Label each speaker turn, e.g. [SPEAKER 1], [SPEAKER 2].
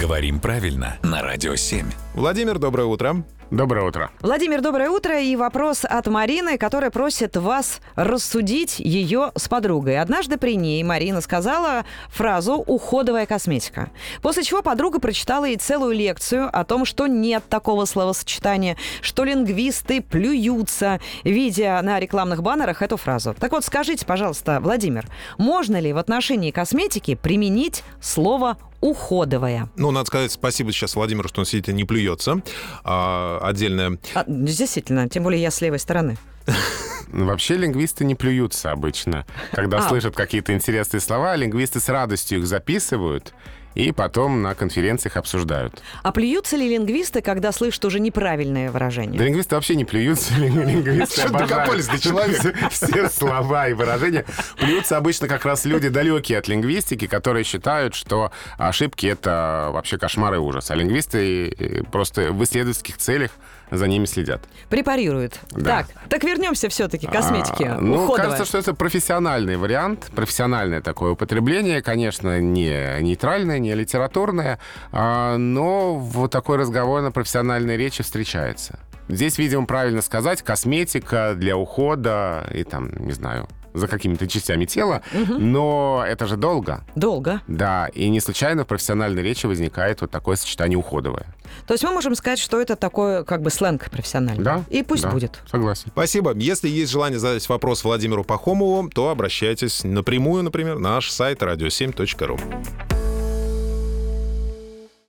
[SPEAKER 1] Говорим правильно на Радио 7.
[SPEAKER 2] Владимир, доброе утро.
[SPEAKER 3] Доброе утро.
[SPEAKER 4] Владимир, доброе утро. И вопрос от Марины, которая просит вас рассудить ее с подругой. Однажды при ней Марина сказала фразу «уходовая косметика», после чего подруга прочитала ей целую лекцию о том, что нет такого словосочетания, что лингвисты плюются, видя на рекламных баннерах эту фразу. Так вот, скажите, пожалуйста, Владимир, можно ли в отношении косметики применить слово «уходовая»?
[SPEAKER 2] Ну, надо сказать спасибо сейчас Владимиру, что он сидит и не плюется. А, отдельное...
[SPEAKER 4] А, действительно, тем более я с левой стороны.
[SPEAKER 3] Ну, Вообще лингвисты не плюются обычно. Когда
[SPEAKER 4] А.
[SPEAKER 3] слышат какие-то интересные слова, лингвисты с радостью их записывают и потом на конференциях обсуждают.
[SPEAKER 4] А плюются ли лингвисты, когда слышат уже неправильное
[SPEAKER 3] Да
[SPEAKER 4] выражение?
[SPEAKER 3] лингвисты вообще не плюются. лин- Лингвисты
[SPEAKER 2] Что
[SPEAKER 3] обожают.
[SPEAKER 2] докопались до человека?
[SPEAKER 3] Все, все слова и выражения. Плюются обычно как раз люди, далекие от лингвистики, которые считают, что ошибки — это вообще кошмар и ужас. А лингвисты э, просто в исследовательских целях за ними следят.
[SPEAKER 4] Препарируют.
[SPEAKER 3] Да.
[SPEAKER 4] Так, так вернемся все-таки к косметике.
[SPEAKER 3] А, ну,
[SPEAKER 4] уходовой.
[SPEAKER 3] кажется, что это профессиональный вариант, профессиональное такое употребление, конечно, не нейтральное, не литературное, а, но вот такой разговор на профессиональной речи встречается. Здесь, видимо, правильно сказать, косметика для ухода и там, не знаю, за какими-то частями тела, но это же долго.
[SPEAKER 4] Долго.
[SPEAKER 3] Да, и не случайно в профессиональной речи возникает вот такое сочетание уходовое.
[SPEAKER 4] То есть мы можем сказать, что это такое как бы сленг профессиональный.
[SPEAKER 3] Да?
[SPEAKER 4] И пусть
[SPEAKER 3] Да,
[SPEAKER 4] будет.
[SPEAKER 3] Согласен.
[SPEAKER 2] Спасибо. Если есть желание задать вопрос Владимиру Пахомову, то обращайтесь напрямую, например, на наш сайт radio7.ru.